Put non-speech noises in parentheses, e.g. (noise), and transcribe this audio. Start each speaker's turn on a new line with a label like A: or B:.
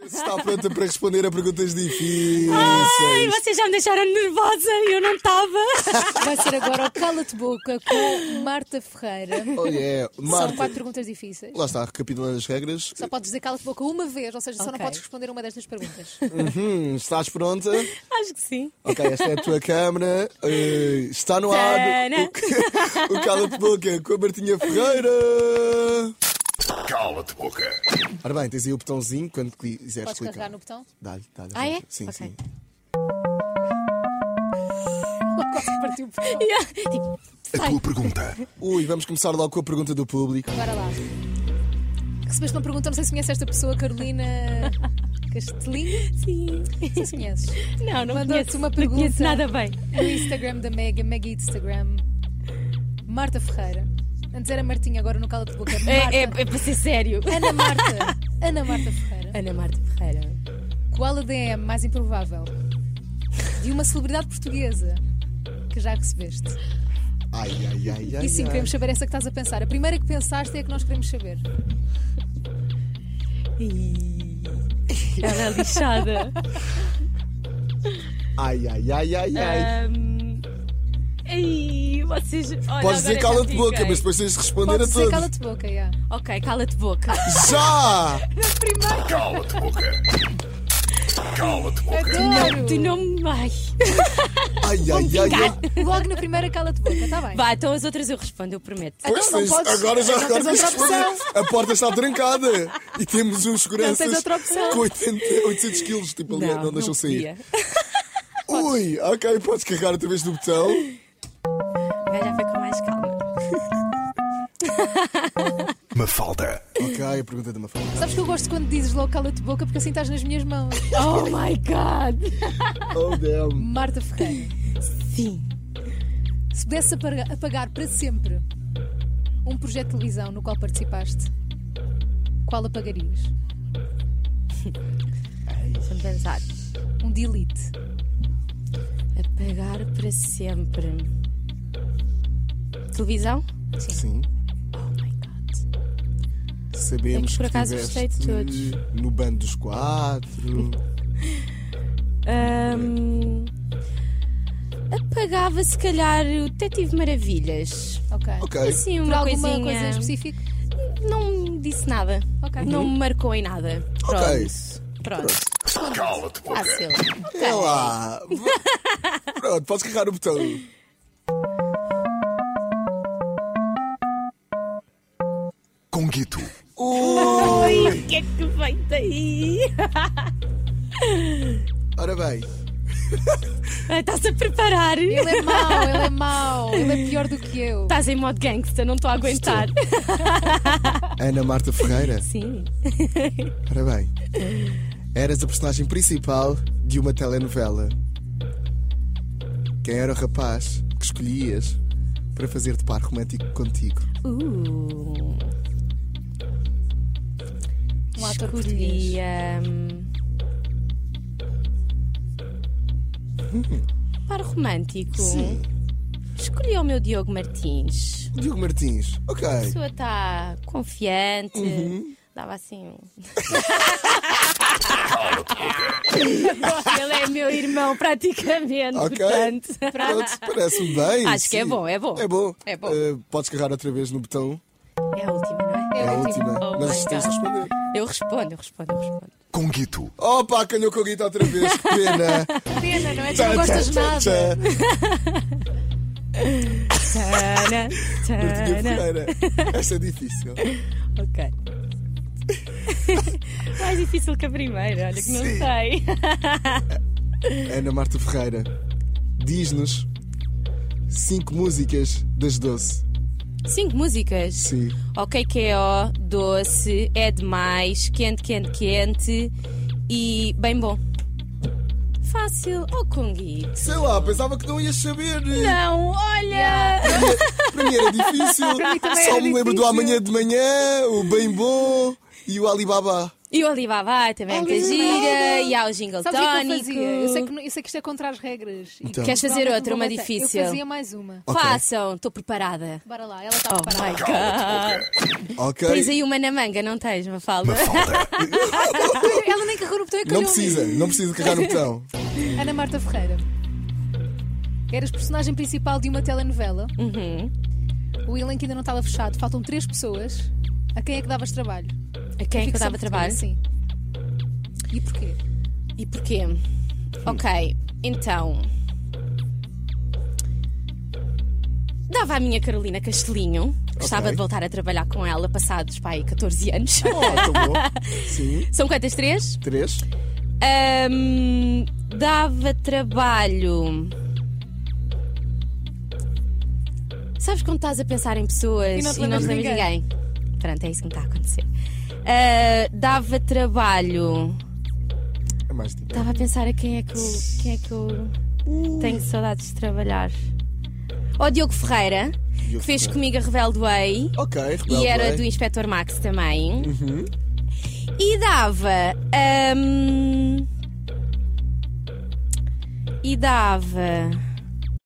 A: Está pronta para responder a perguntas difíceis.
B: Ai, vocês já me deixaram nervosa e eu não estava.
A: (laughs)
C: Vai ser agora o Cala-te Boca com Marta Ferreira.
A: Oh yeah, Marta.
C: São quatro perguntas difíceis.
A: Lá está, recapitulando as regras.
C: Só podes dizer Cala-te Boca uma vez, ou seja, só não
B: Ok.
C: podes responder uma destas perguntas.
A: Hum, estás pronta?
B: Acho que sim.
A: Ok, esta é a tua câmara. Eh, está no ar.
B: Tana.
A: (laughs) O, o Cala-te Boca com a Martinha Ferreira.
D: Cala-te boca.
A: Ora bem, tens aí o botãozinho quando quiseres
C: Podes
A: clicar.
C: carregar no botão? (laughs)
A: Dá-lhe, dá-lhe.
C: Ah, é?
A: Sim,
C: Ok.
A: sim.
C: Quase partiu o botão.
B: Yeah.
A: Oh.
B: Tipo,
D: A tua pergunta.
A: Ui, vamos começar logo com a pergunta do público.
C: Bora lá. Recebeste uma pergunta, não sei se conheces esta pessoa, Carolina Castelinho.
B: (laughs) sim.
C: Não sei se conheces.
B: Não, não
C: Mandou-te
B: conheço,
C: uma
B: Não conheço
C: pergunta.
B: nada bem.
C: No Instagram da Mega, Mega Instagram, Marta Ferreira. Antes era Martinha, agora no Cala-te Boca. Marta.
B: É, é- é para ser sério.
C: Ana Marta. Ana Marta Ferreira.
B: Ana Marta Ferreira.
C: Qual a DM mais improvável de uma celebridade portuguesa que já recebeste?
A: Ai, ai, ai, ai.
C: E sim,
A: ai.
C: queremos saber essa que estás a pensar. A primeira que pensaste é a que nós queremos saber.
B: Ih, Ela é lixada.
A: Ai, ai, ai, (laughs) ai,
C: Ah,
A: ai.
B: Ahm, Ai, vocês. Olha,
A: Podes dizer
B: agora já
A: cala-te boca,
C: é.
B: fiquei.
A: mas depois tens de responder
C: Pode
A: a
C: ser
A: todos.
C: Cala-te Boca, já.
B: Ok,
A: (laughs)
B: cala-te boca.
A: Já!
D: Cala-te boca. Cala-te boca.
C: Adoro!
B: Tu não me. Ai.
A: Ai, ai, ai, ai.
C: Logo na primeira Cala-te Boca, está bem.
B: Vá, então as outras eu respondo, eu prometo.
C: Então
A: Pois,
C: não
A: tens-
C: podes-
A: agora já
C: não tens
A: agora tens de
C: outra opção.
A: responder. A porta está trancada e temos uns seguranças
C: tens outra opção.
A: com 80, 800 quilos, tipo ali, não, deixam sair.
B: podia.
A: Ui, ok, podes carregar outra vez no botão.
B: Agora já foi com mais
A: (laughs)
B: calma.
D: Mafalda.
A: Ok, a pergunta de uma forma.
C: Sabes que eu gosto quando dizes logo Cala-te Boca porque assim estás nas minhas mãos.
B: Oh my god!
A: Oh, damn.
C: Marta Ferreira,
B: Sim.
C: se pudesse apaga- apagar para sempre um projeto de televisão no qual participaste, qual apagarias?
B: Deixa-me pensar.
C: Um delete.
B: Apagar para sempre. Televisão?
A: Sim,
B: Oh my god.
A: sabemos
B: É que por acaso gostei de
A: estiveste No bando dos quatro.
B: Ahm, apagava se calhar o Detetive Maravilhas.
C: Ok.
A: Ok.
B: Assim,
C: Por
B: uma
C: alguma
B: coisinha.
C: coisa em específico?
B: Não me disse nada.
C: Ok.
B: Não me marcou em nada. Pronto.
A: Ok.
B: Pronto.
D: Cala-te boca.
B: Fácil.
A: É lá. Pronto, podes carregar o botão.
D: Conguito.
B: Ui, o que é que vem daí?
A: Ora bem,
B: (laughs) Ah, Estás a preparar?
C: Ele é mau, ele é mau, ele é pior do que eu.
B: Estás em modo gangsta, não estou a aguentar.
A: Ana Marta Ferreira.
B: Sim.
A: Ora bem, eras a personagem principal de uma telenovela. Quem era o rapaz que escolhias para fazer de par romântico contigo?
B: Uh.
C: Um ator português.
B: Escolhi. hum,
A: Hum.
B: Par romântico. Escolhi o meu Diogo Martins.
A: O Diogo Martins. Ok.
B: A pessoa está confiante.
A: Uhum.
B: Dava assim
A: (laughs)
B: um. Ele é meu irmão, praticamente.
A: Ok.
B: Portanto.
A: Pronto, parece-me bem.
B: Acho que é bom, é bom.
A: É bom.
B: É bom.
A: Eh, podes carregar outra vez no botão.
B: É a última, não é?
A: É a
C: tipo,
A: última.
B: Oh
A: Mas tens
B: my
A: de
B: God.
A: responder.
B: Eu respondo, eu respondo, eu respondo.
D: Conguito.
A: Opa, calhou com a guita outra vez. Que
B: (laughs)
A: pena.
C: Pena, não é? Tu
A: Tchá,
C: não gostas
A: tchá,
C: nada.
A: tchá, tchá.
B: Tana,
A: Martinha
B: tana.
A: Ferreira. Esta é difícil.
B: Ok. (laughs) Mais difícil que a primeira, olha que não
A: Sim.
B: sei.
A: Ana Marta Ferreira, diz-nos cinco músicas das 12.
B: Cinco músicas.
A: Sim.
B: Ok, que é ó, doce, é demais, quente, quente, quente e bem bom. Fácil, ó Conguito.
A: Sei lá, pensava que não ias saber.
B: Não,
C: Ah,
B: olha!
A: Para mim era
B: (laughs)
A: difícil.
C: também
A: Só
C: era
A: me lembro do
C: difícil.
A: amanhã de manhã, o bem bom e o Alibaba.
B: E o Alibaba também é muita
C: Alibaba.
B: gira. E há o Jingle
C: Sabes o que é que eu
B: tónico.
C: fazia? Eu sei que, não- eu sei que isto é contra as regras. E
A: Então.
C: que
A: Queres
B: fazer
C: provavelmente
B: outra,
C: não vou
B: uma
C: voltar.
B: difícil?
C: Eu fazia mais uma.
A: Ok.
B: Façam, estou preparada.
C: Bora lá, ela está
B: Oh my
C: preparada.
B: god.
A: Ok.
B: Tens aí uma na manga, não tens, Mafalda?
D: Mafalda.
C: Ela nem carregou no botão e
A: Não
C: calhou-me.
A: precisa, não precisa carregar no
B: (laughs)
A: botão.
C: Ana Marta Ferreira. Eras personagem principal de uma telenovela.
B: Uhum.
C: O elenco ainda não estava fechado. Faltam três pessoas. A quem é que davas trabalho?
B: A quem é que eu
C: Ficção
B: dava trabalho?
C: Sim. assim. E porquê?
B: E porquê? Ok, então. Dava à minha Carolina Castelinho. Gostava
A: Ok.
B: de voltar a trabalhar com ela passados, pai, 14 anos. (laughs)
A: Oh, tá bom. Sim.
B: São quantas? Três?
A: Três.
B: Ahm, dava trabalho. Sabes quando estás a pensar em pessoas
C: E não te
B: e não te
C: lembras de
B: lembras de ninguém? Pronto, é isso que me está a acontecer. Ah, dava trabalho.
A: É mais tipo.
B: Estava a pensar a quem é que eu, quem é que eu
A: Uh.
B: tenho saudades de trabalhar. Ó Diogo Ferreira,
A: Diogo
B: que fez
A: Ferreira.
B: comigo a Rebelde Way
A: Ok,
B: e
A: rebelde, Uhum.
B: era
A: bem.
B: do Inspector Max também. E dava. hum, e dava.